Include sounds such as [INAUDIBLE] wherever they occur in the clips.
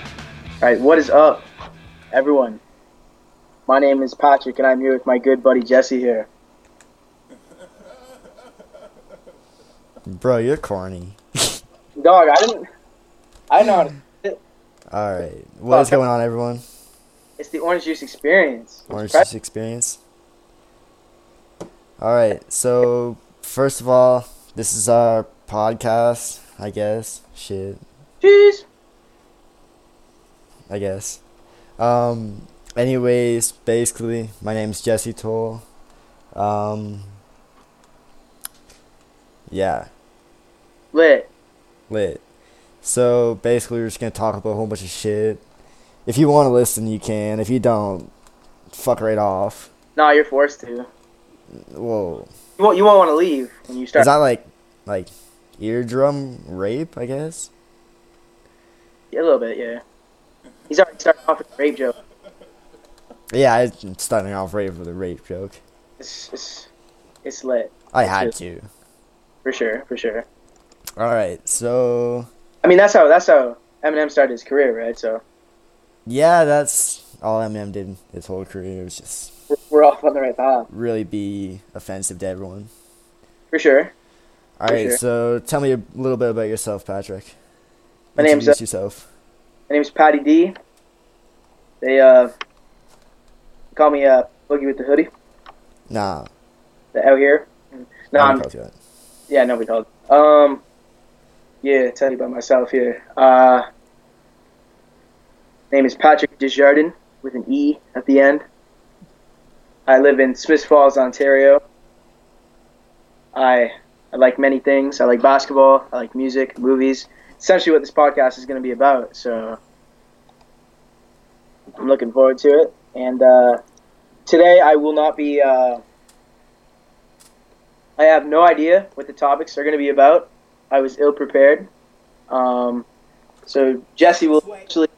All right, what is up, everyone? My name is Patrick, and I'm here with my good buddy Jesse here. Bro, you're corny. Dog, I didn't. I know how to. All right, what is Fuck. going on, everyone? It's the orange juice experience. It's Orange pre- Juice Experience. All right, so first of all, this is our podcast, I guess. Shit, Jeez. I guess. Um, anyways, basically, my name's Jesse Toll. Um, yeah, Lit. lit. So basically, we're just gonna talk about a whole bunch of shit. If you want to listen, you can. If you don't, fuck right off. Nah, you're forced to. You Whoa, won't. You won't want to leave when you is start. that like, like, eardrum rape? I guess. Yeah, a little bit, yeah. He's already starting off with a rape joke. Yeah, I'm starting off rape with a rape joke. It's it's, it's lit I had to. for sure, for sure. All right, so I mean, that's how that's how Eminem started his career, right? So Yeah, that's all Eminem did his whole career was just we're, we're off on the right path really be offensive to everyone. for sure. All For right, sure. so tell me a little bit about yourself, Patrick. My name's, Introduce yourself. My name's Patty D. They uh call me uh Boogie with the hoodie Nah, the, out here. No, I I'm, don't call you that. yeah, nobody called. Um, yeah, tell you about myself here. Uh, name is Patrick Desjardins with an E at the end. I live in Smith Falls, Ontario. I I like many things. I like basketball. I like music, movies. Essentially, what this podcast is going to be about. So I'm looking forward to it. And uh, today I will not be. Uh, I have no idea what the topics are going to be about. I was ill prepared. Um, so Jesse will actually,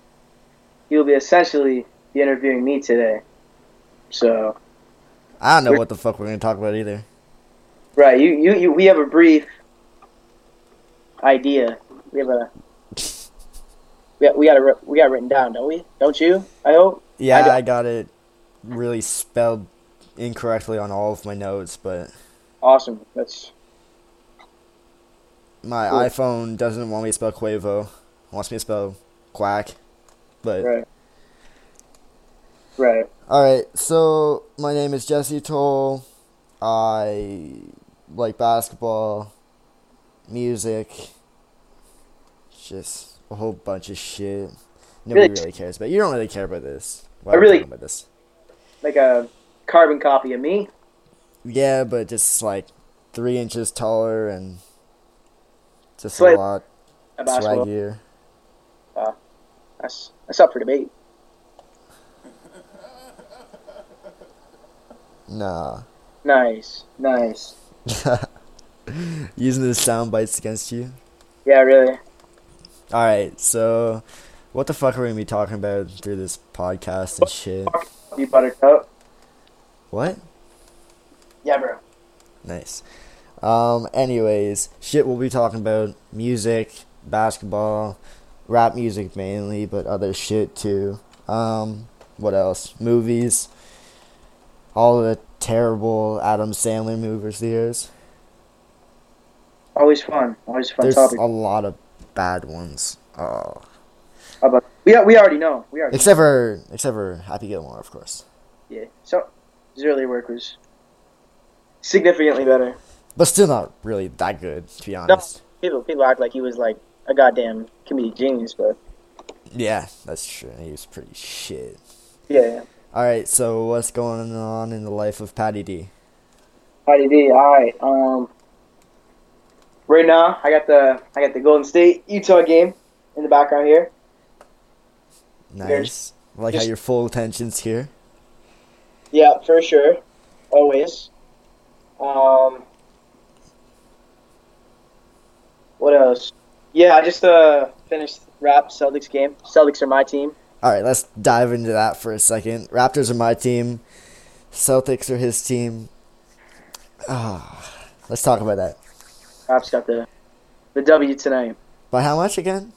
you'll be essentially be interviewing me today. So I don't know what the fuck we're gonna talk about either. right, you, you, you we have a brief idea. We have a we got, we got a we got written down, don't we? Don't you? I hope. Yeah, I I, don't- got it really spelled incorrectly on all of my notes, but Awesome. That's my Cool. iPhone doesn't want me to spell Quavo. It wants me to spell quack. But right. Right. All right, so my name is Jesse Toll. I like basketball, music, just a whole bunch of shit. Nobody Really? really cares about. You don't really care about this. Why I are we really- talking about this? Like a carbon copy of me. Yeah, but just like three inches taller and just Swag- a lot A basketball. swaggier. That's that's up for debate. Nah, Nice. Nice. [LAUGHS] using the sound bites against you. Yeah, really. All right, so what the fuck are we gonna be talking about through this podcast and shit? You buttercup. What? Yeah, bro. Nice. Um, anyways, shit, we'll be talking about music, basketball, rap music mainly, but other shit too. Um, what else? Movies. All the terrible Adam Sandler movies there's. Always fun. Always a fun There's topic. a lot of bad ones. Oh. How about we? We already know. We already. Except for except for Happy Gilmore, of course. yeah. So his earlier work was significantly better. But still not really that good, to be honest. People people act like he was like a goddamn comedic genius, but Yeah, that's true. He was pretty shit. yeah. yeah. Alright, so what's going on in the life of Patty D? Howdy D. All right. Um. Right now, I got the I got the Golden State Utah game in the background here. Nice. I like how just- your full attention's here. Yeah, for sure. Always. Um, what else? Yeah, I just uh finished rap Celtics game. Celtics are my team. All right, let's dive into that for a second. Raptors are my team. Celtics are his team. Ah, let's talk about that. Raps got the the W tonight. By how much again?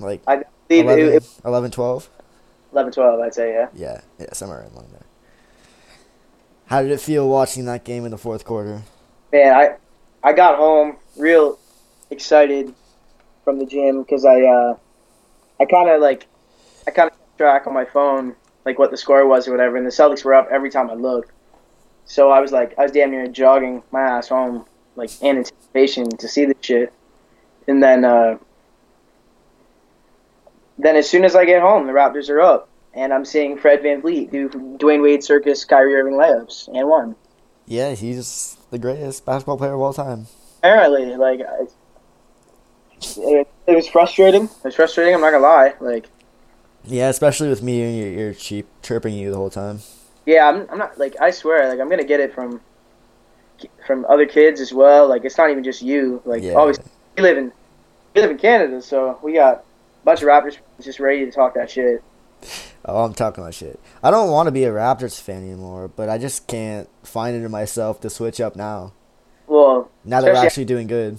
Like I believe it- 11, it, 11 12? 11, 12, I'd say, yeah. Yeah, yeah, somewhere in there. How did it feel watching that game in the fourth quarter? Man, I, I got home real excited from the gym because I, uh, I kind of like, I kind of track on my phone like what the score was or whatever, and the Celtics were up every time I looked. So I was like, I was damn near jogging my ass home, like in anticipation to see this shit. And then, uh, then as soon as I get home, the Raptors are up, and I'm seeing Fred Van Vliet do Dwayne Wade circus, Kyrie Irving layups, and one. Yeah, he's the greatest basketball player of all time. apparently, like, I, it, it was frustrating. It was frustrating. I'm not gonna lie. Like, Yeah, especially with me in your ear cheap chirping you the whole time. yeah, I'm, I'm not like I swear, like I'm gonna get it from from other kids as well. Like, it's not even just you. Like, Yeah. always we live in we live in Canada, so we got a bunch of Raptors fans just ready to talk that shit. Oh, I'm talking about shit. I don't want to be a Raptors fan anymore, but I just can't find it in myself to switch up now. Well, Now that we're Especially- actually doing good.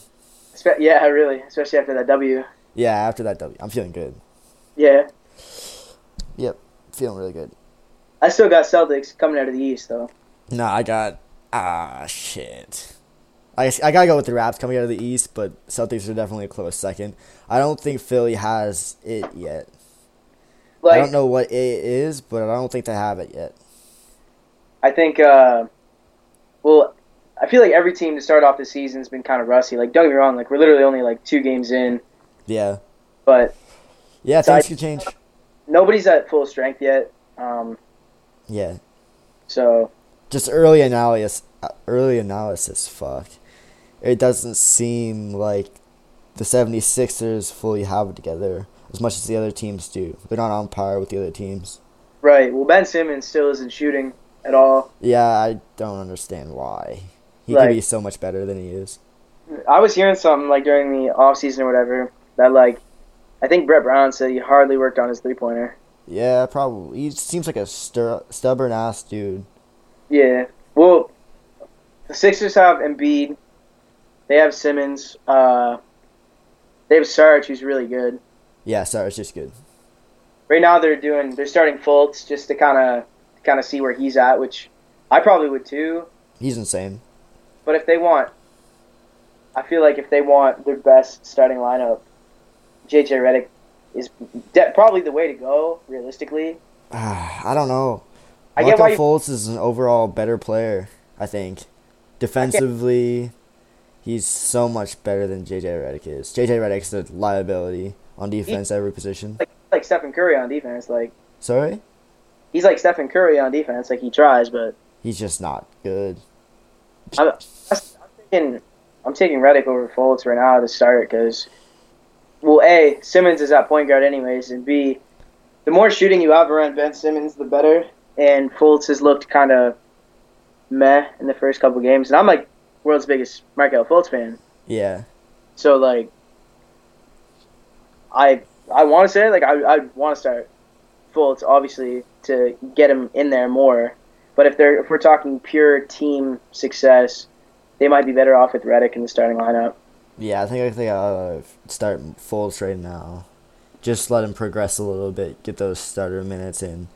spe- yeah, really, especially after that W. Yeah, after that W, I'm feeling good. Yeah, Yep, feeling really good. I still got Celtics coming out of the East though. No, I got ah shit. I guess- I gotta go with the Raps coming out of the East, but Celtics are definitely a close second. I don't think Philly has it yet. Like, I don't know what it is, but I don't think they have it yet. I think, uh, well, I feel like every team to start off the season has been kind of rusty. Like, don't get me wrong, like, we're literally only like two games in, Yeah, but yeah, So things I- could change. nobody's at full strength yet. Um, Yeah, so, just early analysis. uh, Early analysis. Fuck. It doesn't seem like the 76ers fully have it together as much as the other teams do. They're not on par with the other teams. right. Well, Ben Simmons still isn't shooting at all. Yeah, I don't understand why. He could Like- be so much better than he is. I was hearing something, like, during the off season or whatever, that, like, I think Brett Brown said he hardly worked on his three pointer. Yeah, probably. He seems like a stur- stubborn ass dude. Yeah. Well, the Sixers have Embiid. They have Simmons. Uh, they have Sarge, who's really good. Yeah, sorry, it's just good. right now they're doing they're starting Fultz just to kind of kind of see where he's at, which I probably would too. He's insane. [SIGHS] But if they want, I feel like if they want their best starting lineup, JJ Redick is de- probably the way to go realistically. Ah, I don't know. I get Marco why you- Fultz is an overall better player, I think. Defensively, he's so much better than JJ Redick is. JJ Redick's a liability on defense every position. Like like Stephen Curry on defense, like Sorry? he's like Stephen Curry on defense, like he tries, but He's just not good. I'm, I'm taking I'm taking Redick over Fultz right now to start because, well, a Simmons is at point guard anyways, and b the more shooting you have around Ben Simmons, the better. And Fultz has looked kind of meh in the first couple games, and I'm like world's biggest Markel Fultz fan, Yeah. so like I I want to say like I I want to start Fultz obviously to get him in there more. But if they're if we're talking pure team success, they might be better off with Redick in the starting lineup. Yeah, I think I think I'll start Fultz right now. Just let him progress a little bit, get those starter minutes in,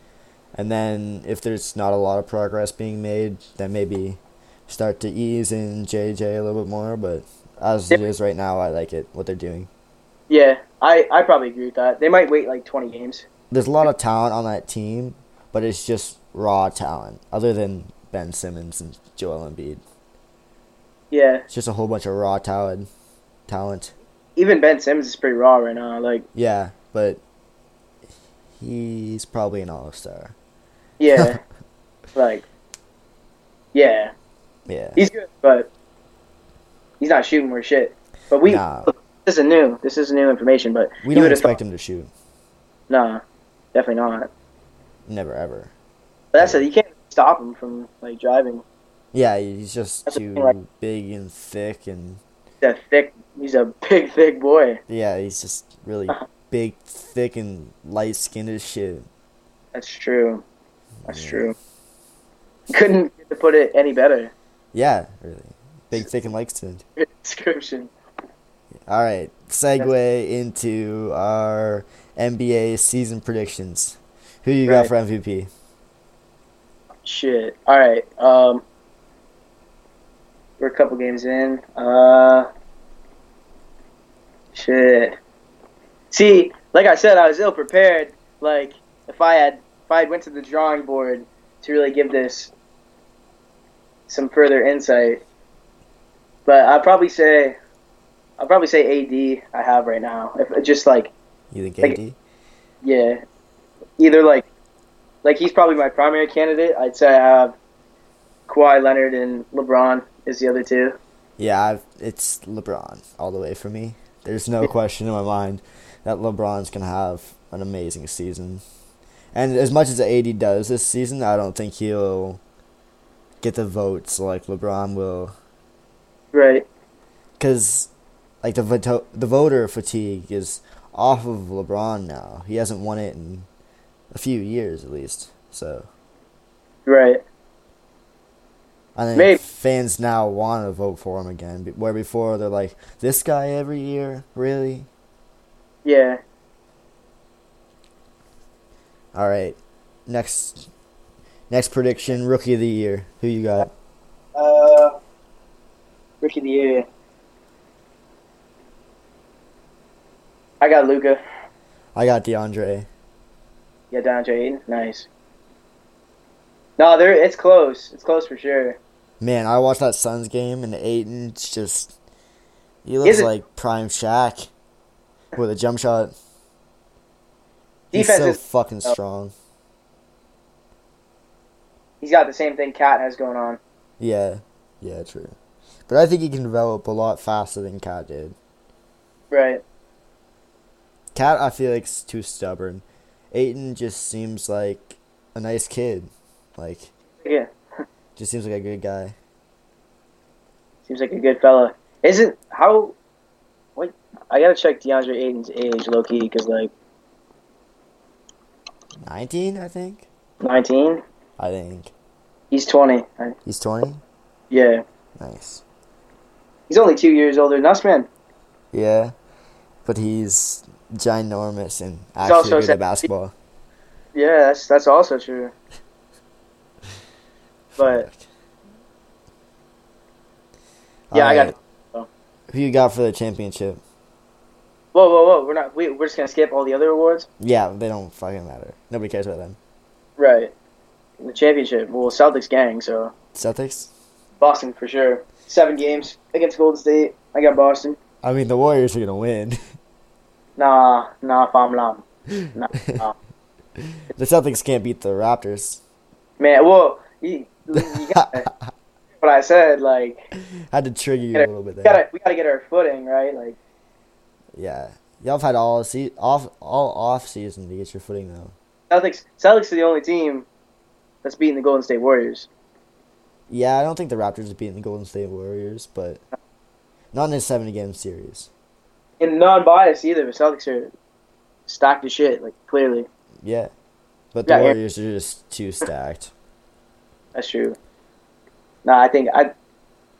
and then if there's not a lot of progress being made, then maybe start to ease in JJ a little bit more. But as it is right now, I like it what they're doing. Yeah, I I probably agree with that. They might wait like 20 games. There's a lot of talent on that team, but it's just raw talent. Other than Ben Simmons and Joel Embiid, Yeah, it's just a whole bunch of raw talent. Talent. even Ben Simmons is pretty raw right now. [LAUGHS] Like Yeah, but he's probably an all star. yeah, like yeah, Yeah. he's good, but he's not shooting worth shit. But we Nah. this isn't new. This isn't new information, but We you don't would've expect him to shoot. No, definitely not. Never ever. But that's it. You can't stop him from like driving. Yeah, he's just That's the too thing, like- big and thick and He's a thick. He's a big, thick boy. yeah, he's just really Uh-huh. big, thick and light skinned as shit. That's true. That's true. Couldn't get to put it any better. [LAUGHS] Yeah, really. Big, thick and light skinned. Good description. Alright. Segue into our NBA season predictions. Who you Right. got for MVP? Shit. All right. Um, we're a couple games in. Uh, shit. See, like I said, I was ill prepared. Like if I had, if I had went to the drawing board to really give this some further insight, but I'd probably say, I'll probably say AD. I have right now. If just like You think Like- AD? yeah. Either like like he's probably my primary candidate. I'd say I have Kawhi Leonard and LeBron is the other two. Yeah, I've, it's LeBron all the way for me. There's no question in my mind that LeBron's gonna have an amazing season. And as much as AD does this season, I don't think he'll get the votes like LeBron will. Right. because like the voto- the voter fatigue is off of LeBron now. He hasn't won it in a few years at least. So Right. I think Maybe. fans now want to vote for him again. be- Where before they're like, this guy every year, really? Yeah. All right, next next prediction, rookie of the year. Who you got? Uh Rookie of the Year. I got Luca. I got DeAndre. Yeah, DeAndre Ayton. Nice. No, there it's close. It's close for sure. Man, I watched that Suns game and Aiton's just he Is looks it- like prime Shaq with a jump shot. He's Defense so is fucking strong. he's got the same thing Cat has going on. Yeah, yeah, true. But I think he can develop a lot faster than Cat did. Right. Cat, I feel like, is too stubborn. Aiton just seems like a nice kid. Like, Yeah. just seems like a good guy. Seems like a good fella. Isn't how? What? I gotta check DeAndre Ayton's age, low key, because like 19, I think? nineteen, I think. he's twenty. I- He's 20? yeah, Nice. he's only two years older than us, man. Yeah, but he's ginormous and actually also good at seven- basketball. Yeah, that's that's also true. But Fuck. yeah, I got. Alright, Who you got for the championship? Whoa, whoa, whoa! We're not. We, we're just gonna skip all the other awards. Yeah, they don't fucking matter. Nobody cares about them. Right. The championship. Well, Celtics gang. So Celtics? Boston for sure. Seven games against Golden State. I got Boston. I mean, the Warriors are gonna win. Nah, nah, fam, lam. Nah, nah. [LAUGHS] The Celtics can't beat the Raptors. Man, well, you, you gotta, what I said, like, [LAUGHS] Had to trigger you a Gotta- little bit we there. gotta, we gotta get our footing, right? Like, Yeah, y'all have had all se- off all off season to get your footing though. Celtics, Celtics are the only team that's beating the Golden State Warriors. Yeah, I don't think the Raptors are beating the Golden State Warriors, but not in a seventy game series. And non-biased either, but Celtics are stacked as shit, like, clearly. Yeah, but the Yeah, yeah. Warriors are just too stacked. That's true. Nah, I think, I,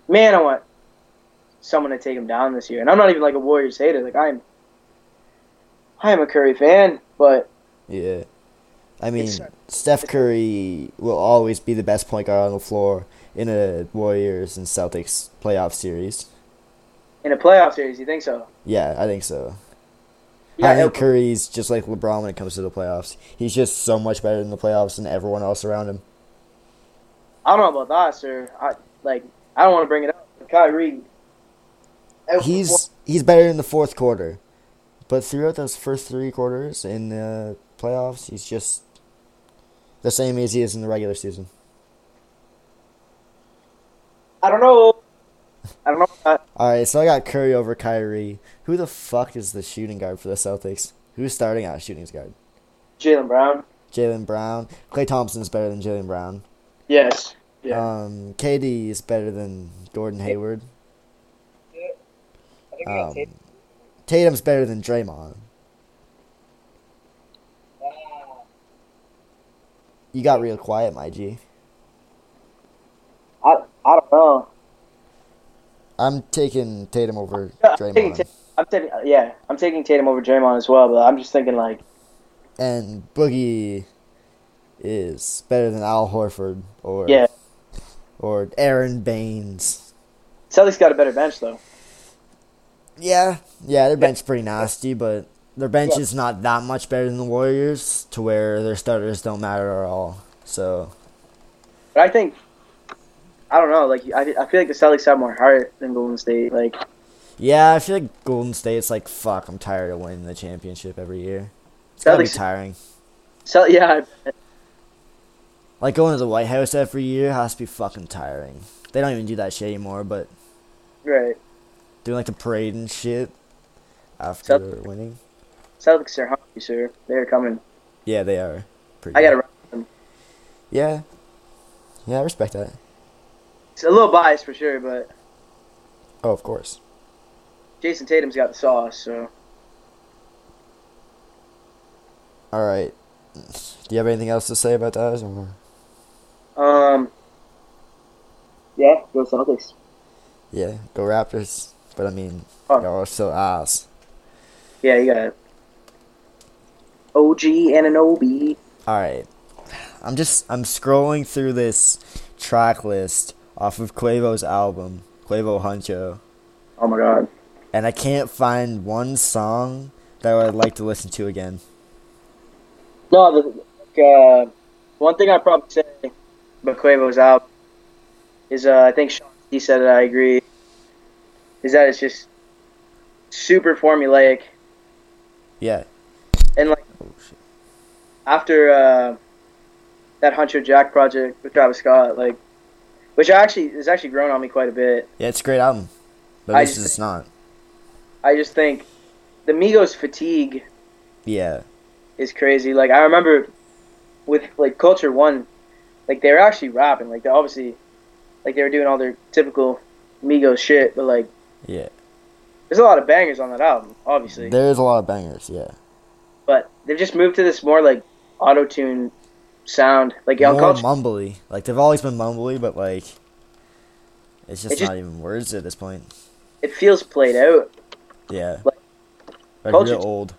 man, I want someone to take him down this year. And I'm not even, like, a Warriors hater. Like, I'm, I am a Curry fan, but, Yeah, I mean It's- Steph Curry will always be the best point guard on the floor in a Warriors and Celtics playoff series. in a playoff series, you think so? Yeah, I think so. Yeah, I think Curry's just like LeBron when it comes to the playoffs. He's just so much better in the playoffs than everyone else around him. I don't know about that, sir. I like. I don't want to bring it up. But Kyrie. He's he's better in the fourth quarter, but throughout those first three quarters in the playoffs, he's just the same as he is in the regular season. I don't know. I don't know. About All right, so I got Curry over Kyrie. Who the fuck is the shooting guard for the Celtics? Who's starting out shooting guard? Jalen Brown. Jalen Brown. Clay Thompson's better than Jalen Brown. Yes. Yeah. Um, KD is better than Gordon Hayward. Um, Tatum's better than Draymond. You got real quiet, my G. I, I don't know. I'm taking Tatum over I'm taking, Draymond. Tatum, I'm taking, uh, yeah, I'm taking Tatum over Draymond as well, but I'm just thinking like And Boogie is better than Al Horford or Yeah. or Aaron Baines. Celtics got a better bench though. Yeah, yeah, their bench pretty nasty, but their bench Yeah. is not that much better than the Warriors to where their starters don't matter at all. So But I think I don't know. Like I, I feel like the Celtics have more heart than Golden State. Like yeah, I feel like Golden State's like fuck. I'm tired of winning the championship every year. It's gotta be Celtics- tiring. Cel- [LAUGHS] yeah, I- Like going to the White House every year has to be fucking tiring. They don't even do that shit anymore, but right. doing like the parade and shit after Celtics. winning. Celtics are hungry, sir. They're coming. Yeah, they are. Pretty I good. gotta. run with them. Yeah. Yeah, I respect that. It's a little biased for sure, but Oh, of course. Jason Tatum's got the sauce. So All right. Do you have anything else to say about that? Or? um, yeah, go Celtics. Yeah, go Raptors. But I mean, Oh. y'all are still ass. Yeah, you got it. OG Ananobi. All right. I'm just I'm scrolling through this track list off of Quavo's album, Quavo Huncho, Oh my God. and I can't find one song that I'd like to listen to again. No, the, uh, one thing I probably say about Quavo's album is uh, I think Sean he said it. I agree. Is that it's just super formulaic Yeah. and like Oh shit. after uh, that Hunter Jack project with Travis Scott, like which I actually is actually grown on me quite a bit. Yeah, it's a great album. But I this just- is not. I just think the Migos fatigue Yeah. is crazy. Like I remember with like Culture One, like they were actually rapping. Like they obviously, like they were doing all their typical Migos shit. But like Yeah. there's a lot of bangers on that album, obviously. There's a lot of bangers, yeah. but they've just moved to this more like auto tune sound. Like on more Culture, mumbly. Like they've always been mumbly, but like it's just It just- not even words at this point. it feels played out. Yeah. Like- Like Culture- real old.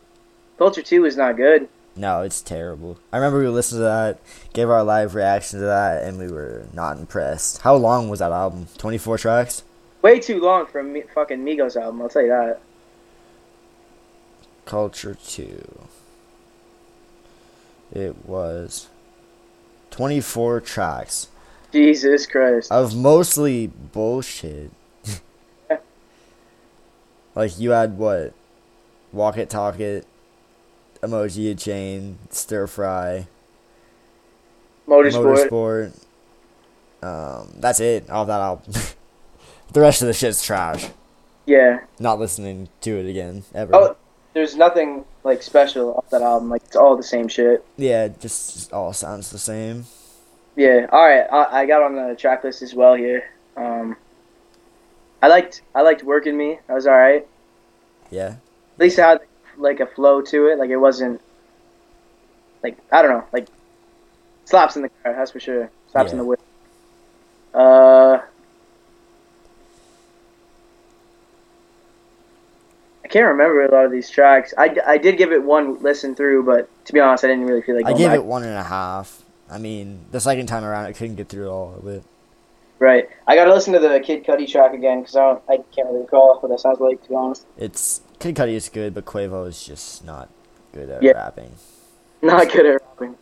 Culture Two is not good. No, it's terrible. I remember we listened to that, gave our live reaction to that, and we were not impressed. How long was that album? Twenty four tracks? Way too long for a Mi- fucking Migos album. I'll tell you that. Culture two. It was twenty four tracks. Jesus Christ. of mostly bullshit. [LAUGHS] like you had what? Walk it, talk it, emoji a chain, stir fry, Motorsport. motorsport. Um, that's it. All that album. [LAUGHS] the rest of the shit's trash. Yeah. Not listening to it again ever. Oh, there's nothing like special off that album. Like it's all the same shit. Yeah, it just, just all sounds the same. Yeah. All right. I, I got on the track list as well here. Um, I liked I liked working me. That was all right. Yeah, At least it had like a flow to it. Like it wasn't like I don't know. Like slaps in the car. That's for sure. Slaps in Yeah. the whip. Uh. I can't remember a lot of these tracks. I, I did give it one listen through, but to be honest, I didn't really feel like oh I going gave back. it one and a half. I mean, the second time around, I couldn't get through all of it. Right. I gotta listen to the Kid Cudi track again because I don't, I can't really recall what that sounds like to be honest. [LAUGHS] It's Kid Cudi is good, but Quavo is just not good at Yeah. rapping. Not good at rapping.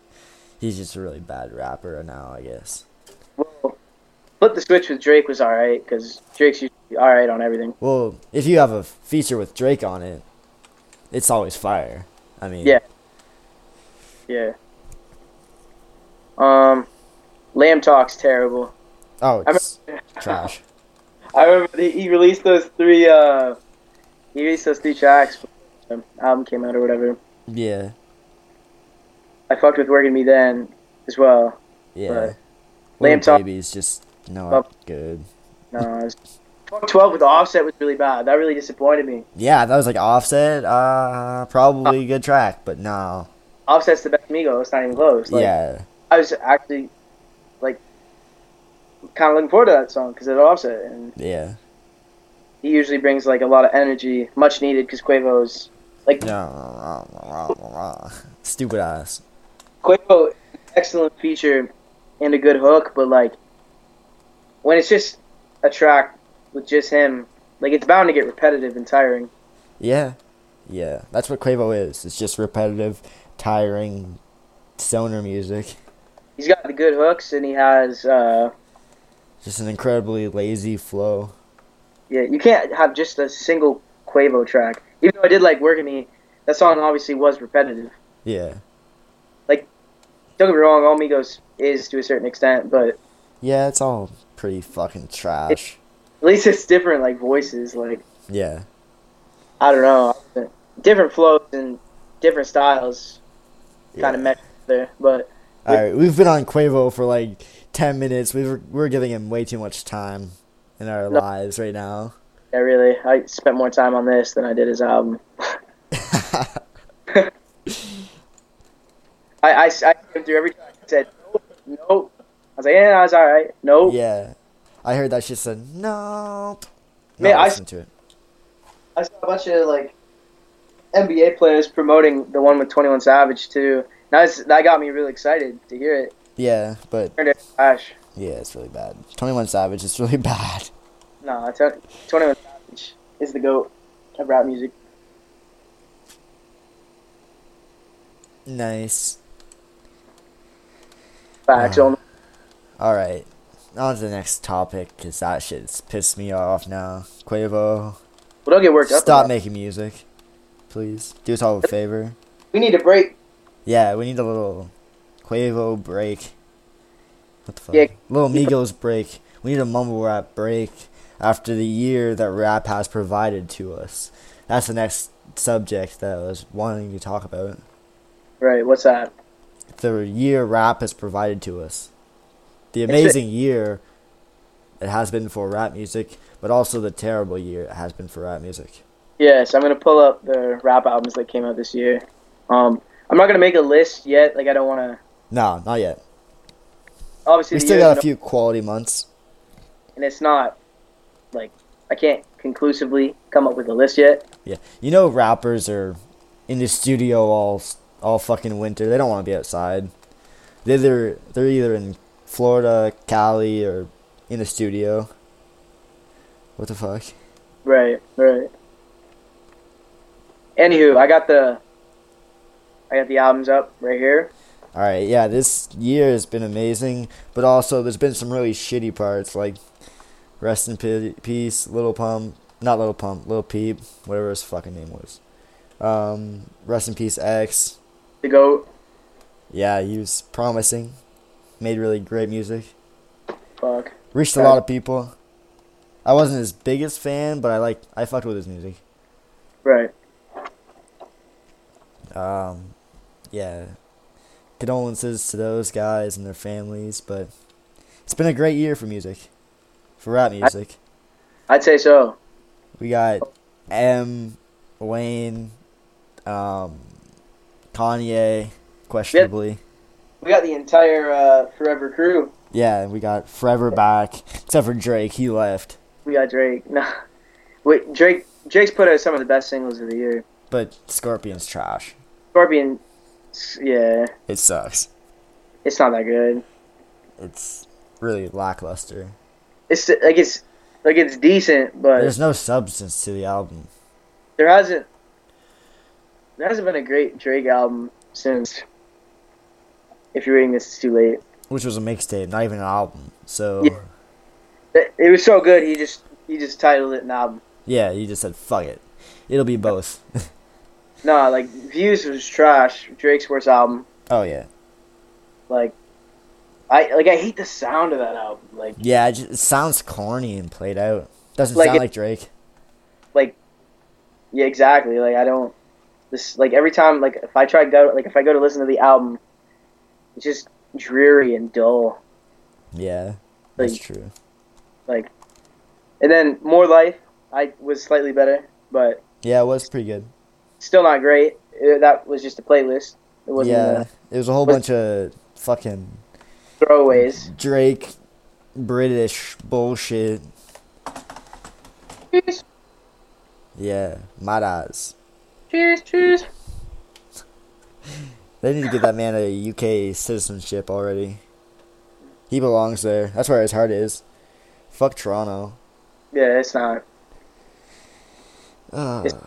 He's just a really bad rapper now, I guess. Well, flip the switch with Drake was all right because Drake's usually all right on everything. Well, if you have a feature with Drake on it, it's always fire. I mean, Yeah. Yeah. Um, Lamb Talk's terrible. Oh, I it's [LAUGHS] trash. I remember the, he released those three. Uh, he released those three tracks. When the album came out or whatever. Yeah, I fucked with working me then as well. yeah. Right. Lil Lamb Chop- Baby is just not Well- good. No, I was, fuck twelve with Offset was really bad. That really disappointed me. Yeah, that was like Offset. Uh, probably a good track, but no. Offset's the best Migo. It's not even close. Like, yeah, I was actually like kind of looking forward to that song because it offset and yeah. he usually brings like a lot of energy, much needed because Quavo's like [LAUGHS] Stupid ass. Quavo, excellent feature and a good hook, but like when it's just a track with just him, like it's bound to get repetitive and tiring. Yeah. Yeah. That's what Quavo is. It's just repetitive, tiring stoner music. He's got the good hooks and he has uh Just an incredibly lazy flow. yeah, you can't have just a single Quavo track. Even though I did like working he that song obviously was repetitive. Yeah. Don't get me wrong, all Migos is to a certain extent, but at Yeah, it's all pretty fucking trash. least it's different like voices, like Yeah. I don't know. Different flows and different styles kind of Yeah. mesh there. But All right, we've been on Quavo for like ten minutes. We were we're giving him way too much time in our No. lives right now. [LAUGHS] yeah, really, I spent more time on this than I did his album. I, I, I came through every time and said, nope, nope. I was like, yeah, I was all right. Nope. yeah, I heard that shit said nope. Man, Not I- listen to it. I saw a bunch of like NBA players promoting the one with 21 Savage too. And I was- that got me really excited to hear it. Yeah, but Turned it flash. yeah, it's really bad. Twenty One Savage, it's really [LAUGHS] bad. No, it's a- 21 Savage is the goat of rap music. Nice. Facts Uh-huh. only. All right, on to the next topic because that shit's pissed me off now. Quavo, Well, don't get worked up. about stop it. making music, please. Do us all a favor. We need a break. Yeah, we need a little Quavo break. What the fuck? Yeah. Little Migos break. We need a mumble rap break after the year that rap has provided to us. That's the next subject that I was wanting to talk about. Right, what's that? The year rap has provided to us. The It's a- amazing year it has been for rap music, but also the terrible year it has been for rap music. Yes, I'm gonna pull up the rap albums that came out this year. Um, I'm not gonna make a list yet. Like I don't wanna. No, not yet. Obviously, We the still year's got a no- few quality months. and it's not like I can't conclusively come up with a list yet. Yeah, you know rappers are in the studio all all fucking winter. They don't want to be outside. They're either, they're either in Florida, Cali, or in the studio. What the fuck? Right, right. Anywho, I got the I got the albums up right here. All right, yeah, this year has been amazing, but also there's been some really shitty parts. Like, rest in pe- peace, Little Pump, not Little Pump, Little Peep, whatever his fucking name was. Um, rest in peace, X. The goat, Yeah, he was promising, made really great music. fuck. reached a lot of people. I wasn't his biggest fan, but I like I fucked with his music. Right. Um, yeah, condolences to those guys and their families. But it's been a great year for music, for rap music. I'd say so. We got M, Wayne, um, Kanye, questionably. We got the entire uh, Forever crew. Yeah, we got Forever Back, except for Drake. He left, We got Drake. [LAUGHS] No, wait, Drake. Drake's put out some of the best singles of the year. but Scorpion's trash. Scorpion, s- yeah, It sucks. it's not that good. It's really lackluster. It's like it's like it's decent, but There's no substance to the album. there hasn't there hasn't been a great Drake album since. If you're reading this, it's too late. which was a mixtape, not even an album. So yeah. Yeah. It, it was so good. He just he just titled it an album. you just said fuck it. It'll be both. [LAUGHS] Nah, like Views was trash. Drake's worst album. oh yeah, Like, I like I hate the sound of that album. Like yeah. It, just, it sounds corny and played out. Doesn't Like sound it- like Drake. yeah, exactly. Like I don't this like every time like if I try to go like if I go to listen to the album, it's just dreary and dull. Yeah, that's Like- true. Like, and then More Life I was slightly better, but Yeah, it was pretty good. still not great. Uh, that was just a playlist. It wasn't uh, Yeah, yeah. it was a whole was- bunch of fucking throwaways. Drake British bullshit. It's Yeah, mad eyes. Cheers, cheers. They need to give that man a UK citizenship already. He belongs there. That's where his heart is. Fuck Toronto. Yeah, it's not. Ah, It's-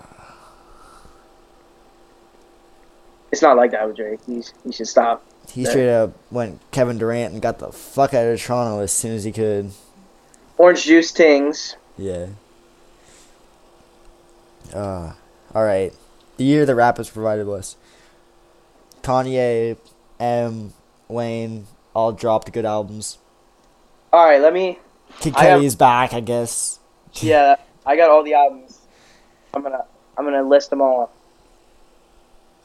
It's not like that with Drake. He's, he should stop. he straight up went Kevin Durant and got the fuck out of Toronto as soon as he could. Orange juice tings. Yeah. Uh, all right. The year the rappers provided us. Kanye, M, Wayne all dropped good albums. All right, let me. Kid I have- Cudi's back, I guess. Yeah, I got all the albums. I'm gonna I'm gonna list them all. Up.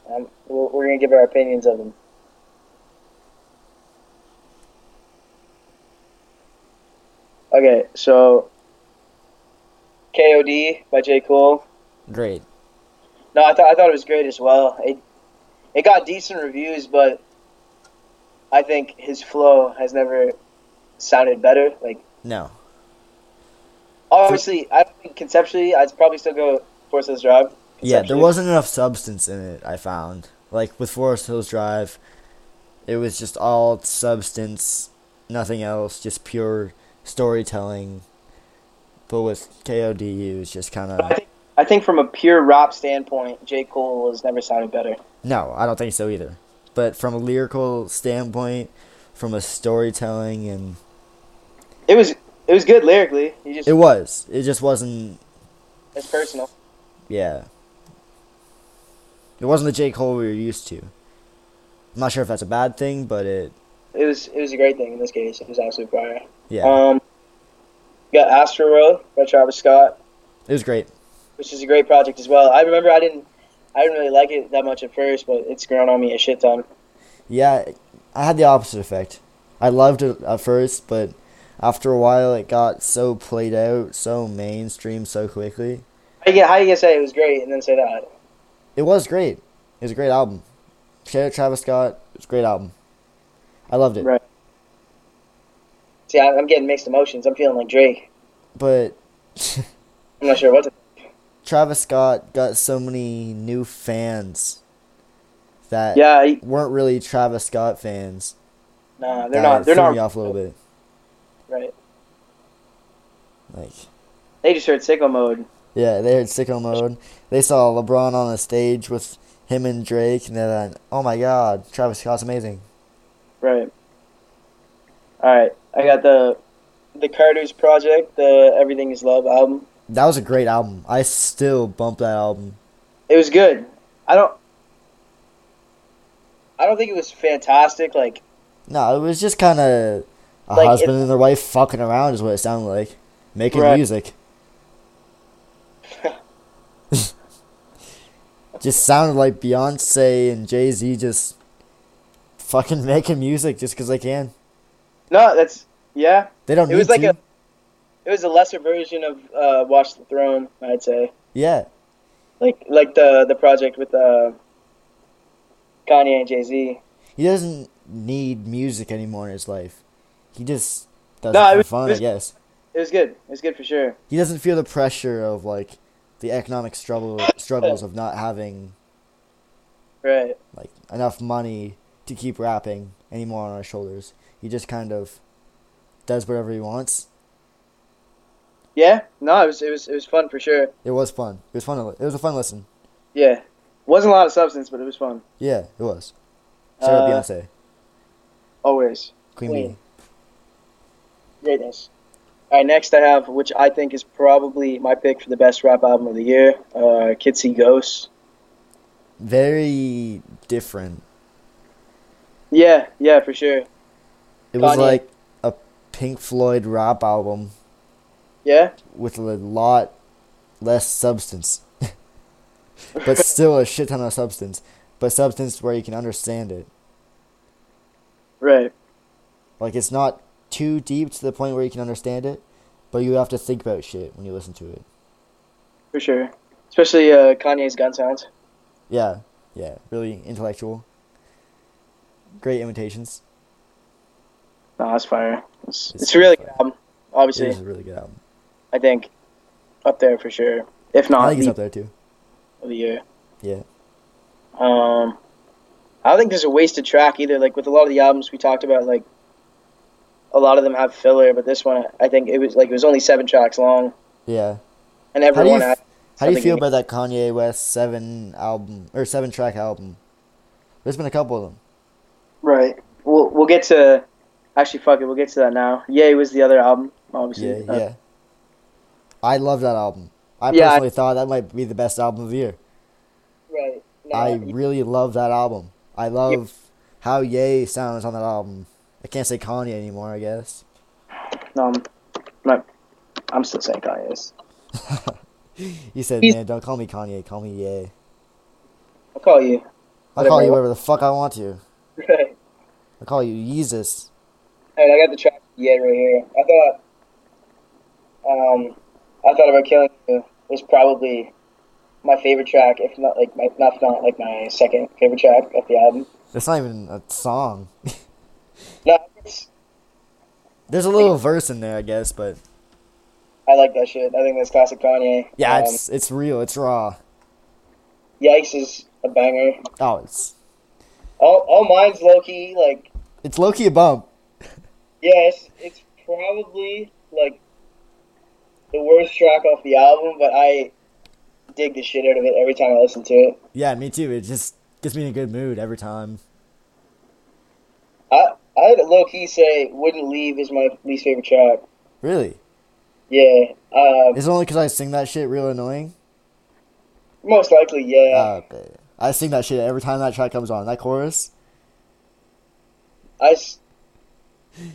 And we're, we're gonna give our opinions of them. Okay, so K.O.D. by J. Cole. Great. No, I thought I thought it was great as well. It it got decent reviews, but I think his flow has never sounded better. Like No. Obviously, I think conceptually, I'd probably still go Force Hills Drive. Yeah, there conceptually. wasn't enough substance in it, I found. Like with Forest Hills Drive, it was just all substance, nothing else, just pure storytelling. But with KOD, it was just kind But I of. think, I think from a pure rap standpoint, J. Cole has never sounded better. No, I don't think so either. But from a lyrical standpoint, from a storytelling, and It was it was good lyrically. He just it was. It just wasn't. it's personal. Yeah. It wasn't the J. Cole we were used to. I'm not sure if that's a bad thing, but it. It was it was a great thing in this case. It was absolute fire. Yeah. Um, you got Astro Road by Travis Scott, it was great. which is a great project as well. I remember I didn't I didn't really like it that much at first, but it's grown on me a shit ton. Yeah, I had the opposite effect. I loved it at first, but after a while, it got so played out, so mainstream, so quickly. How you gonna- how you gonna say it was great and then say that? It was great. It was a great album. Shout out Travis Scott. It was a great album. I loved it. Right. See, I- I'm getting mixed emotions. I'm feeling like Drake. But [LAUGHS] I'm not sure what to. Travis Scott got so many new fans that Yeah, he- weren't really Travis Scott fans. Nah, they're that not. They're threw not me off a little bit. right. Like, They just heard sicko mode. Yeah, they heard sicko mode. They saw LeBron on the stage with him and Drake, and they're like, "Oh my God, Travis Scott's amazing." Right. All right, I got the the Carter's project, the Everything Is Love album. That was a great album. I still bump that album. It was good. I don't. I don't think it was fantastic. Like No, it was just kind of a Like, husband and their wife fucking around is what it sounded like, making Right. [LAUGHS] music. just sounded like Beyonce and Jay Z just fucking [LAUGHS] making music just because they can. no, that's yeah. They don't It need was like to. a. It was a lesser version of uh, Watch the Throne, I'd say. yeah, Like like the the project with uh, Kanye and Jay Z. he doesn't need music anymore in his life. He just does No, it it for was- fun, it I was- guess. It was good. It was good for sure. He doesn't feel the pressure of like the economic struggle struggles of not having Right. like enough money to keep rapping anymore on our shoulders. He just kind of does whatever he wants. Yeah. No, it was it was it was fun for sure. It was fun. It was fun. To, li- it was a fun listen. Yeah. Wasn't a lot of substance, but it was fun. Yeah, it was. Shout Uh, out Beyonce, Always. Queen Queen. Bee. Greatness. All right, next I have, which I think is probably my pick for the best rap album of the year, uh, Kitsy Ghost. Very different. Yeah, yeah, for sure. It was Kanye. like a Pink Floyd rap album Yeah, with a lot less substance, but still a shit ton of substance. But substance where you can understand it. [LAUGHS] right. Like it's not too deep to the point where you can understand it, but you have to think about shit when you listen to it. For sure. Especially uh, Kanye's gun sounds. Yeah, yeah, really intellectual. Great imitations. Nah, that's fire. It's, It's it's a really fire. good album, It obviously, is a really good album. I think. Up there for sure. if I not think he's up the, there too. of the year. Yeah. Um, I don't think there's a wasted track either. Like with a lot of the albums we talked about, like a lot of them have filler, but this one I think it was like it was only seven tracks long, Yeah. and How do you, everyone. f- had how do you something feel unique. about that Kanye West seven album or seven track album? There's been a couple of them. Right. We'll we'll get to actually fuck it. We'll get to that now. Yay was the other album, obviously. Yeah, Uh, yeah. I love that album. I Yeah, I- personally thought that might be the best album of the year. Uh, Right. No, I you- really love that album. I love how Ye sounds on that album. I can't say Kanye anymore, I guess. [LAUGHS] no, I'm, not, I'm still saying Kanye is. He said, He's- "Man, don't call me Kanye. Call me Ye. I'll call [LAUGHS] you. I'll call Whatever. you whatever the fuck I want to. Right. I'll call you Yeezus." All right. I got the track. Yay right here. I thought. Um, I thought about killing you was probably my favorite track, if not like my not if not like my second favorite track of the album. That's not even a song. No, it's, There's a little verse in there, I guess, but I like that shit. I think that's classic Kanye. yeah, Um, it's it's real. It's raw. Yikes is a banger. Oh, it's All all mine's low key like it's low key a bump. Yes, it's probably like the worst track off the album, but I dig the shit out of it every time I listen to it. Yeah, me too. It just gets me in a good mood every time. I I'd low key say "Wouldn't Leave" is my least favorite track. Really, Yeah, uh, is it only because I sing that shit real annoying? most likely, yeah. Uh, but I sing that shit every time that track comes on. That chorus. I s-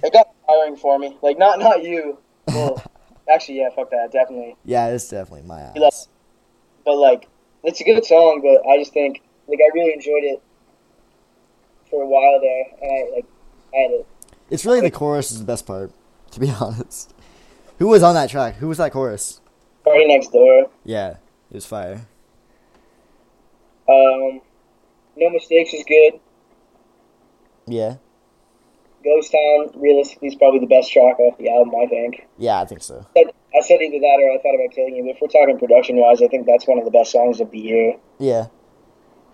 it got tiring for me. Like not not you. [LAUGHS] Well, actually, yeah, fuck that, definitely. Yeah, it's definitely my You love ass. But like, it's a good song, but I just think like I really enjoyed it for a while there, and I like I had it. It's really the chorus is the best part, to be [LAUGHS] honest. Who was on that track? Who was that chorus? Party next door. Yeah, it was fire. Um, no mistakes is good. Yeah, Ghost Town realistically is probably the best track off the album, I think. yeah, I think so. But I said either that or I thought about killing you. But if we're talking production wise, I think that's one of the best songs of the year. Yeah,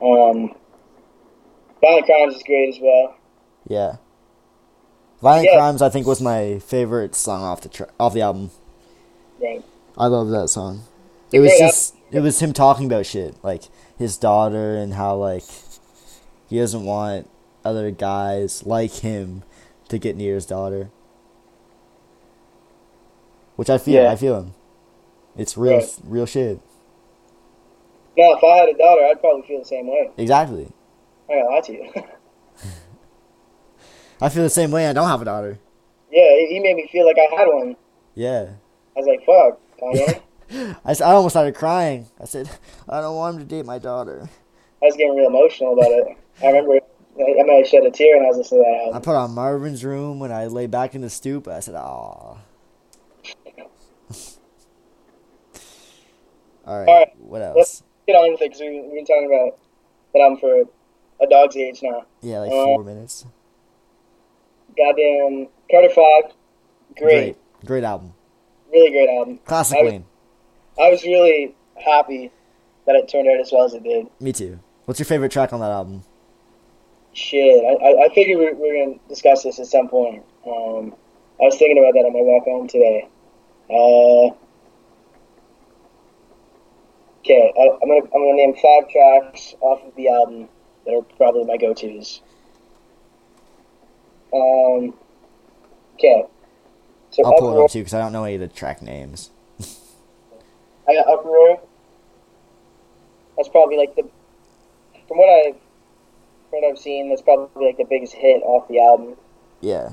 Um, Violent Crimes is great as well. yeah. Violent Yeah. Crimes, I think, was my favorite song off the tra- off the album. Right. I love that song. It was Yeah. just it was him talking about shit like his daughter and how like he doesn't want other guys like him to get near his daughter. Which I feel, Yeah. I feel him. It's real, Right. real shit. Now, if I had a daughter, I'd probably feel the same way. Exactly. I gotta lie to you. [LAUGHS] I feel the same way. I don't have a daughter. yeah, he he made me feel like I had one. Yeah. I was like, fuck, Kanye. [LAUGHS] I, s- I almost started crying. I said, I don't want him to date my daughter. I was getting real emotional about it. I remember I, I might have shed a tear when I was listening to that I album. put on Marvin's room when I lay back in the stoop. I said, "Aw." All right. right, What let's- else? Get on with it because we, we've been talking about that album for a dog's age now. Yeah, like uh, four minutes. goddamn Carter Five, great, Great, Great album. really great album. Classic I- Wayne. I was really happy that it turned out as well as it did. Me too. What's your favorite track on that album? Shit, I, I, I figured we were, we were gonna discuss this at some point. Um, I was thinking about that on my walk home today. Uh, okay, I- I'm gonna I'm gonna name five tracks off of the album that are probably my go tos. Um, okay, so I'll pull it Uproar- up too because I don't know any of the track names. I got uproar. That's probably like the, from what I, from what I've seen, that's probably like the biggest hit off the album. Yeah,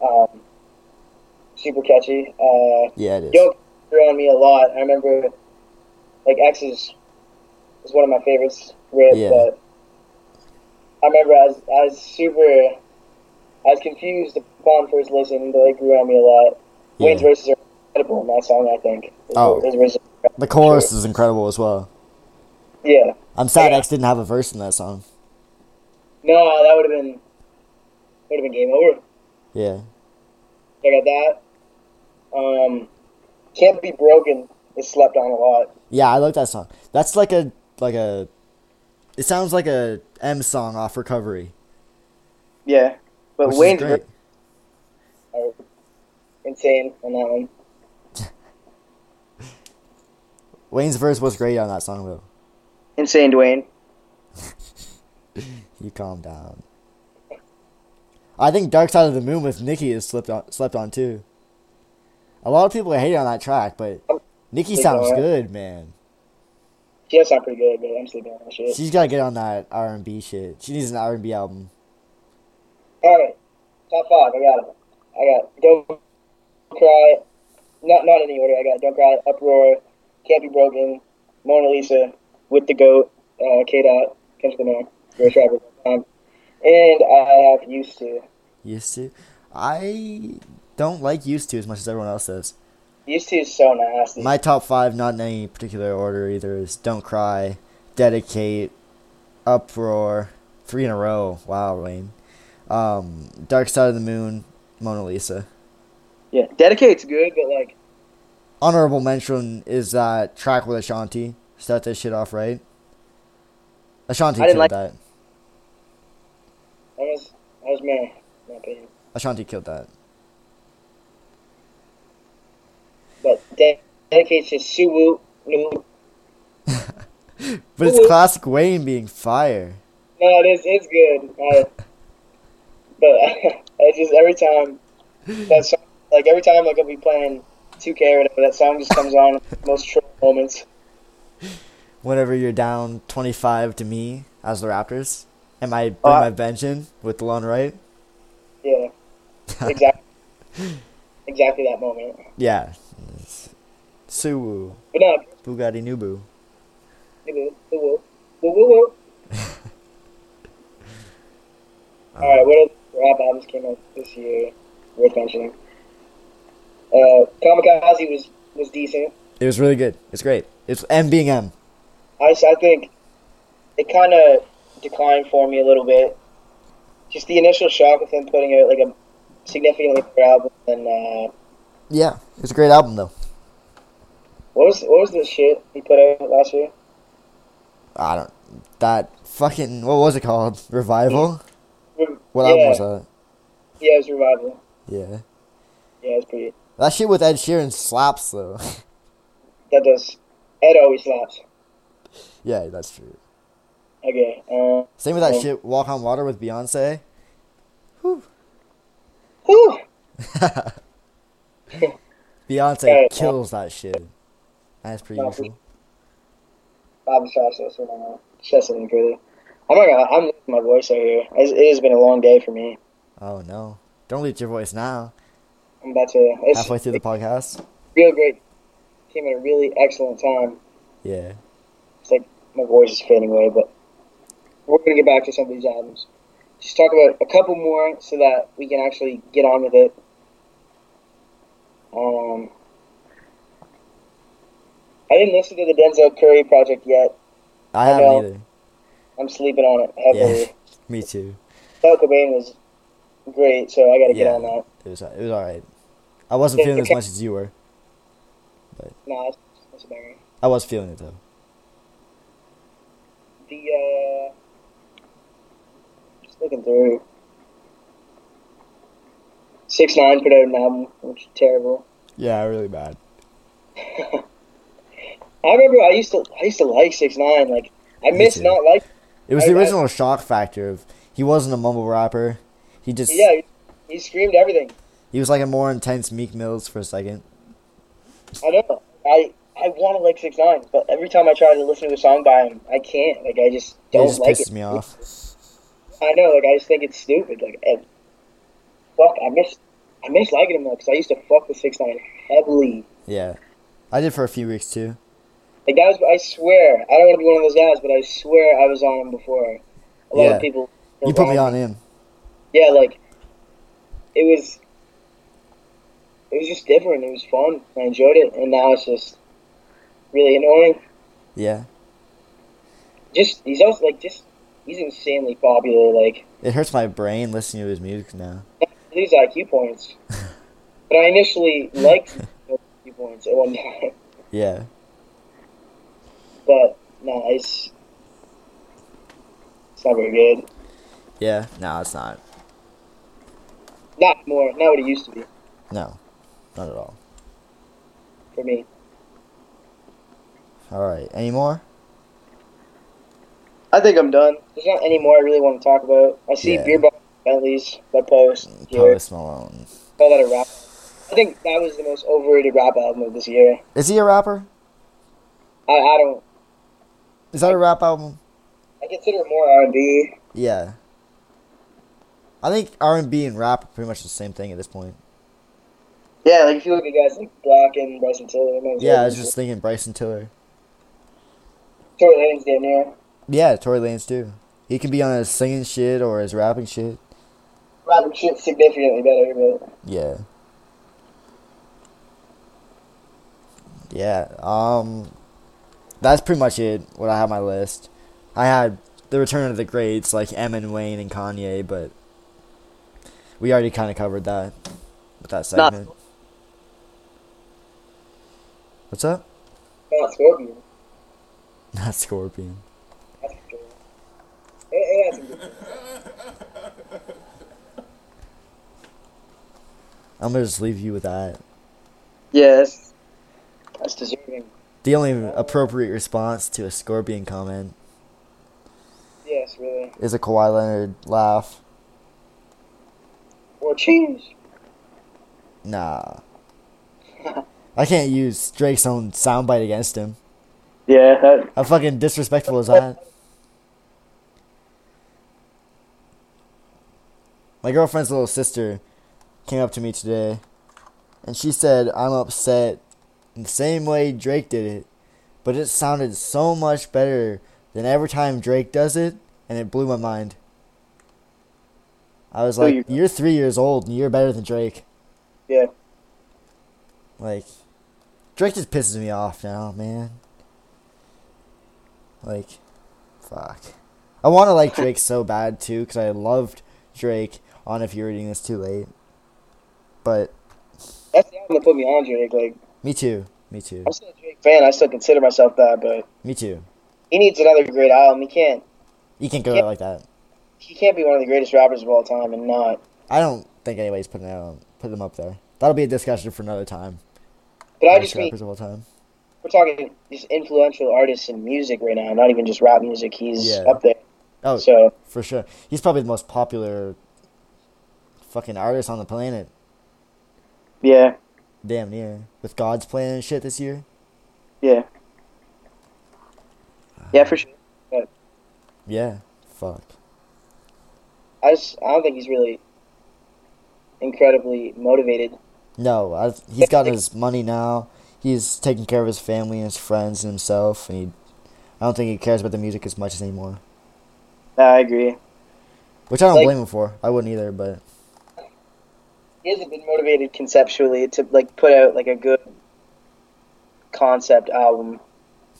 Um, super catchy. Uh, yeah, it is. Yo grew on me a lot. I remember, like X is, is one of my favorites. Rip, Yeah. but I remember I was I was super, I was confused upon first listen, but it grew on me a lot. Yeah. Wayne's verses are incredible in that song. I think. His- Oh. his verses are The chorus is incredible as well. Yeah. I'm sad Yeah. X didn't have a verse in that song. No, that would have been would have been game over. Yeah, I got that. Um, can't be broken It's slept on a lot. Yeah, I like that song. That's like a like a. It sounds like a M song off Recovery. Yeah, but which is Wayne's great. are Oh, insane on that one. Wayne's verse was great on that song though. Insane Dwayne. You calm down. I think Dark Side of the Moon with Nicki is slept on slept on too. A lot of people hate on that track, but Nicki It's sounds alright. good, man. She does sound pretty good, but I'm sleeping on that shit. She's gotta get on that R and B shit. She needs an R and B album. All right, top five. I got it. I got Don't Cry. Not not in any order. I got Don't Cry, Uproar, Can't Be Broken, Mona Lisa, With the Goat, uh, K Dot, Kendrick Lamar, Gray Travis. Um, and I have used to. Used to. I don't like used to as much as everyone else does. Used to is so nasty. My top five, not in any particular order either, is Don't Cry, Dedicate, Uproar, three in a row. Wow, Wayne. Um, Dark Side of the Moon, Mona Lisa. yeah, Dedicate's good, but like Honorable mention is that track with Ashanti. Start that shit off right. Ashanti I killed didn't like- that. I was I was mad. in My opinion, Ashanti killed that. but De- Dedicate's just Suwu. No, But it's Ooh. classic Wayne being fire. no, it is it's good. I, but [LAUGHS] it's just every time that song, like every time, like I'll be playing 2K or whatever, that song just comes on. most troll moments. Whenever you're down 25 to me as the Raptors, and I bring Uh, my bench in with the lone right. Yeah, exactly, exactly that moment. Yeah. It's- Suwu. But no, Bugatti Nubu. Woo, woo, woo, woo, woo. All right, what other rap albums came out this year worth mentioning? Uh, Kamikaze was was decent. It was really good. It's great. It's M being M. I, s- I think it kind of declined for me a little bit. Just the initial shock of him putting out like a significantly better album than uh, Yeah. It's a great album though. what was what was the shit he put out last year? I don't. That fucking what was it called? Revival. Re- What yeah, album was that? Yeah, it was revival. Yeah. Yeah, it was pretty. That shit with Ed Sheeran slaps though. [LAUGHS] That does. Ed always slaps. yeah, that's true. Okay. Uh, Same with that Yeah. shit Walk on Water [LAUGHS] with Beyonce. [LAUGHS] whew. Beyonce Yeah. kills that shit. That's pretty Yeah. usual. Bobby Sasso, so I know. Just something further. I'm not gonna, I'm losing my voice out here. It's, it has been a long day for me. Oh no. Don't leave your [LAUGHS] voice now. I'm about to. It's Halfway through the podcast. real great. Came at a really excellent time. Yeah. It's like my voice is fading away, but we're gonna get back to some of these albums. Just talk about a couple more so that we can actually get on with it. Um, I didn't listen to the Denzel Curry project yet. I I haven't know. either. I'm sleeping on it heavily. Yeah. Me too. Kurt Cobain was great, so I got to get Yeah. on that. It was it was alright. I wasn't Yeah, feeling it as okay. much as you were. Nah, that's, that's a banger. I was feeling it though. The uh, just looking through. Six Nine put out an album, which is terrible. Yeah, really bad. I remember I used to I used to like Six Nine. Like I Me miss too. not like It was I- the I- original shock factor of he wasn't a mumble rapper. He just yeah. He, he screamed everything. he was like a more intense Meek Mills for a second. I know. I I want to like Six Nine, but every time I try to listen to a song by him, I can't. Like I just It don't just like pisses it. me off. I know, like I just think it's stupid. Like, eh, fuck, I miss, I miss liking him though, because I used to fuck with Six Nine heavily. Yeah. I did for a few weeks too. Like that was, I swear, I don't want to be one of those guys, but I swear I was on him before. A lot Yeah. of people. You put me on him. Yeah, like it was, it was just different. It was fun. I enjoyed it, and now it's just really annoying. Yeah. Just he's also like just he's insanely popular. Like It hurts my brain listening to his music now. lose IQ points. but I initially liked IQ points at one time. [LAUGHS] Yeah. But no, it's it's not very good. Yeah. No, it's not. Not more. Not what it used to be No. Not at all. for me. All right. Any more? I think I'm done. There's not any more I really want to talk about. I see Yeah. Mm, beer bong Bentleys that post here. Post Malone. Call that a rap. I think that was the most overrated rap album of this year. Is he a rapper? I, I don't. Is that a rap album? I consider it more R and B. Yeah. I think R and B and rap are pretty much the same thing at this point. Yeah, like if you look at guys like Black and Bryson Tiller, and Yeah, I was just thinking Bryson Tiller. Tory Lanez damn near. Yeah, Tory Lanez too. He can be on his singing shit or his rapping shit. Rapping shit significantly better, but Yeah. Yeah. Um that's pretty much it. What I had my list. I had the return of the greats like Emin Wayne and Kanye, but we already kind of covered that with that Not- segment. What's up? [LAUGHS] not Scorpion. Not Scorpion. That's for sure. It, it has some good- I'm gonna just leave you with that. Yeah, that's, that's deserving. The only appropriate response to a Scorpion comment Yes, really. is a Kawhi Leonard laugh. Or cheese. Nah. I can't use Drake's own soundbite against him. Yeah, that, How fucking disrespectful is that? My girlfriend's little sister came up to me today and she said, I'm upset in the same way Drake did it, but it sounded so much better than every time Drake does it, and it blew my mind. I was Oh, like, you- You're three years old and you're better than Drake. yeah. Like, Drake just pisses me off now, man. Like, fuck. I want to like Drake so bad too, because I loved Drake on If You're Reading This Too Late. But, That's the album that put me on Drake. Like, me too. Me too. I'm still a Drake fan. I still consider myself that, but Me too. he needs another great album. He can't. You can't go out like that. He can't be one of the greatest rappers of all time and not. I don't think anybody's putting out, putting them up there. That'll be a discussion for another time. But I Greatest just mean, rappers of all time. we're talking just influential artists in music right now, not even just rap music. He's Yeah. up there. Oh, So for sure. He's probably the most popular fucking artist on the planet. yeah, Damn near. With God's plan and shit this year. yeah, yeah, for sure. Yeah. Fuck. I just I don't think he's really incredibly motivated. No, i he's got his money now. He's taking care of his family and his friends and himself, and he, I don't think he cares about the music as much as anymore. I agree. Which I don't Like- blame him for. I wouldn't either, but He hasn't been motivated conceptually to like put out like a good concept album.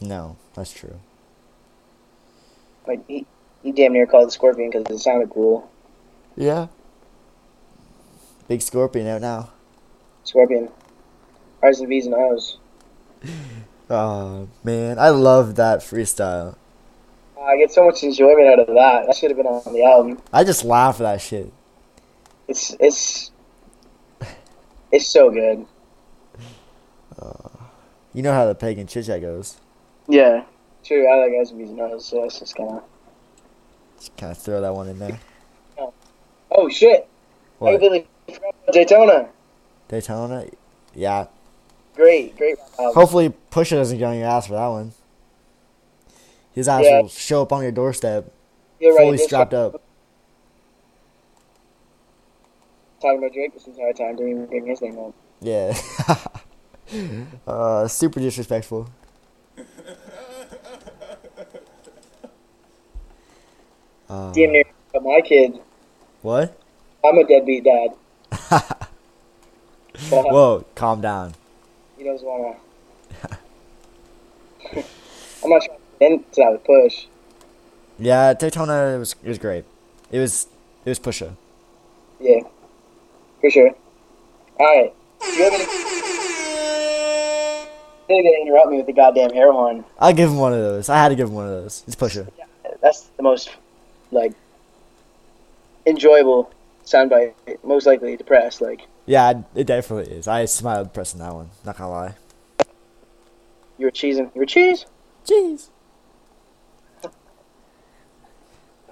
no, that's true. Like he, he damn near called it Scorpion because it sounded cool. Yeah. Big Scorpion out now. Scorpion, R's and V's and O's. Oh man, I love that freestyle. I get so much enjoyment out of that. That should have been on the album. I just laugh at that shit. It's it's it's so good. You know how the pagan chit chat goes. Yeah. True, I like R's and V's and O's, so that's just kind of. Just kind of throw that one in there. Oh shit! I What? completely forgot about Daytona. Daytona? Yeah. Great, great Um, album. Hopefully, Pusha doesn't get on your ass for that one. His ass Yeah. will show up on your doorstep, You're fully right. this strapped up. Talking about Drake this entire time, didn't even bring his name up. Yeah. [LAUGHS] uh, super disrespectful. Uh, Damn near but my kid. what? I'm a deadbeat dad. [LAUGHS] But Whoa, calm down. He doesn't wanna. [LAUGHS] I'm not trying to end to that with push. Yeah, Daytona was it was great. It was it was Pusha. Yeah, for sure. All right. Do you have any? They didn't interrupt me with the goddamn air horn. I'll give him one of those. I had to give him one of those. It's Pusher. That's the most like enjoyable soundbite. Most likely depressed. Like Yeah, I- it definitely is. I smiled pressing that one. Not gonna lie. you were cheesing. You were cheese. Jeez.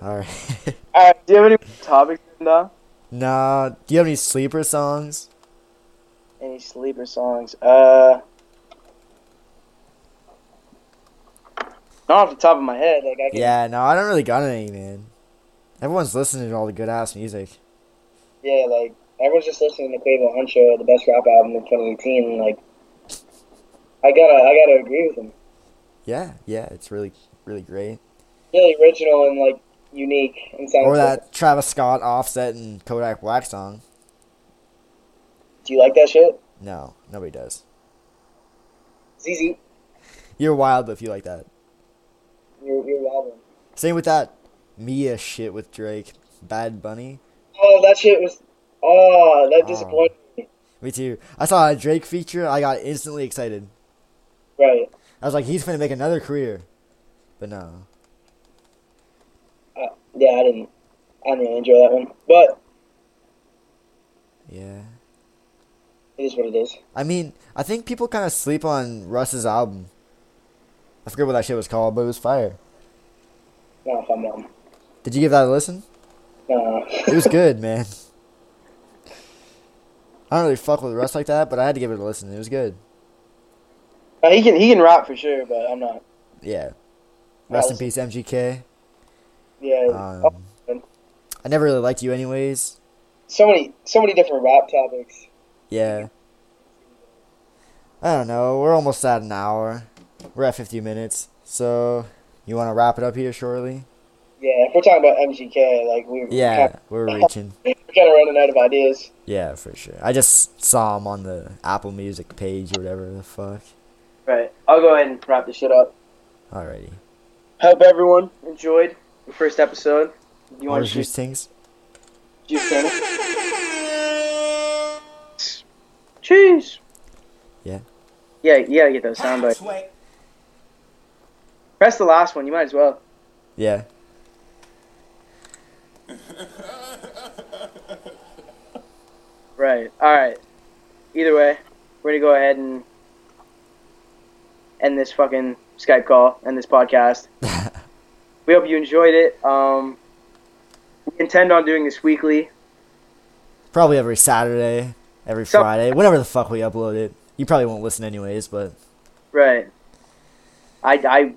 All right. [LAUGHS] All right. Do you have any topics now? nah. Do you have any sleeper songs? Any sleeper songs? Uh, not off the top of my head. Like I can, Yeah. No, I don't really got any, man. Everyone's listening to all the good ass music. yeah, like everyone's just listening to Quavo Huncho, the best rap album of 2018. and, Like, I gotta, I gotta agree with him. Yeah. Yeah. It's really, really great. Really original and like unique and sounds. Or that Travis Scott, Offset, and Kodak Black song. Do you like that shit? No, nobody does. ZZ, You're wild if you like that. you're you're wildin'. Same with that Mia shit with Drake, Bad Bunny. Oh, that shit was. Oh, that disappointed me. Me too. I saw a Drake feature. I got instantly excited. Right. I was like, he's gonna make another career, but no. Uh, yeah, I didn't. I didn't really enjoy that one, but Yeah. it is what it is. I mean, I think people kind of sleep on Russ's album. I forget what that shit was called, but it was fire. Not if I'm wrong. Did you give that a listen? No. [LAUGHS] It was good, man. I don't really fuck with Russ like that, but I had to give it a listen. It was good. Uh, he can he can rap for sure, but I'm not. Yeah. Rest in peace, MGK. Yeah. oh, Um, I never really liked you, anyways. so many so many different rap topics. Yeah. I don't know. We're almost at an hour. We're at 50 minutes. So, you want to wrap it up here shortly? Yeah, if we're talking about MGK, like we Yeah, we're reaching. we're kind of running out of ideas. Yeah, for sure. I just saw him on the Apple Music page or whatever the fuck. Right. I'll go ahead and wrap this shit up. Alrighty. Hope everyone enjoyed the first episode. You What want was to your choose things? juice channel? Cheese. Yeah. Yeah, you gotta get those sound bites. Press the last one. You might as well. Yeah. Right. All right. Either way, we're gonna go ahead and end this fucking Skype call and this [LAUGHS] podcast. we hope you enjoyed it. Um, we intend on doing this weekly. Probably every Saturday, every So- Friday, whenever the fuck we upload it. You probably won't listen anyways, but Right. I I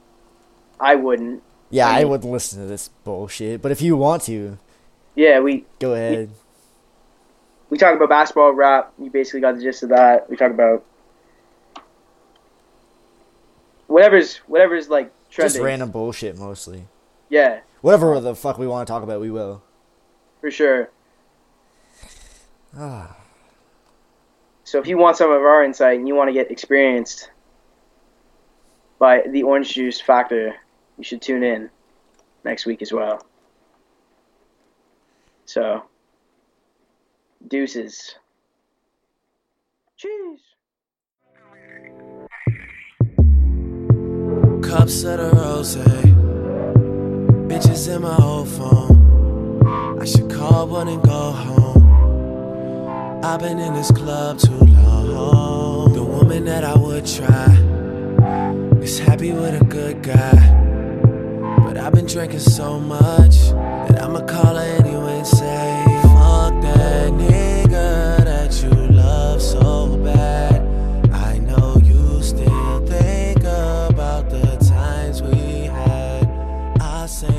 I wouldn't. yeah, I Right. wouldn't listen to this bullshit. But if you want to, Yeah, we go ahead. we talk about basketball rap. You basically got the gist of that. We talk about whatever's whatever's like trending. Just random bullshit mostly. Yeah, Whatever the fuck we want to talk about, we will. for sure. Ah, So if you want some of our insight and you want to get experienced by the orange juice factor, you should tune in next week as well. So, deuces. Cheese. Cups of the rose. Bitches in my old phone. I should call one and go home. I've been in this club too long. The woman that I would try is happy with a good guy. But I've been drinking so much that I'ma call her anyway and say, Fuck that nigga that you love so bad. I know you still think about the times we had. I say Uh-huh.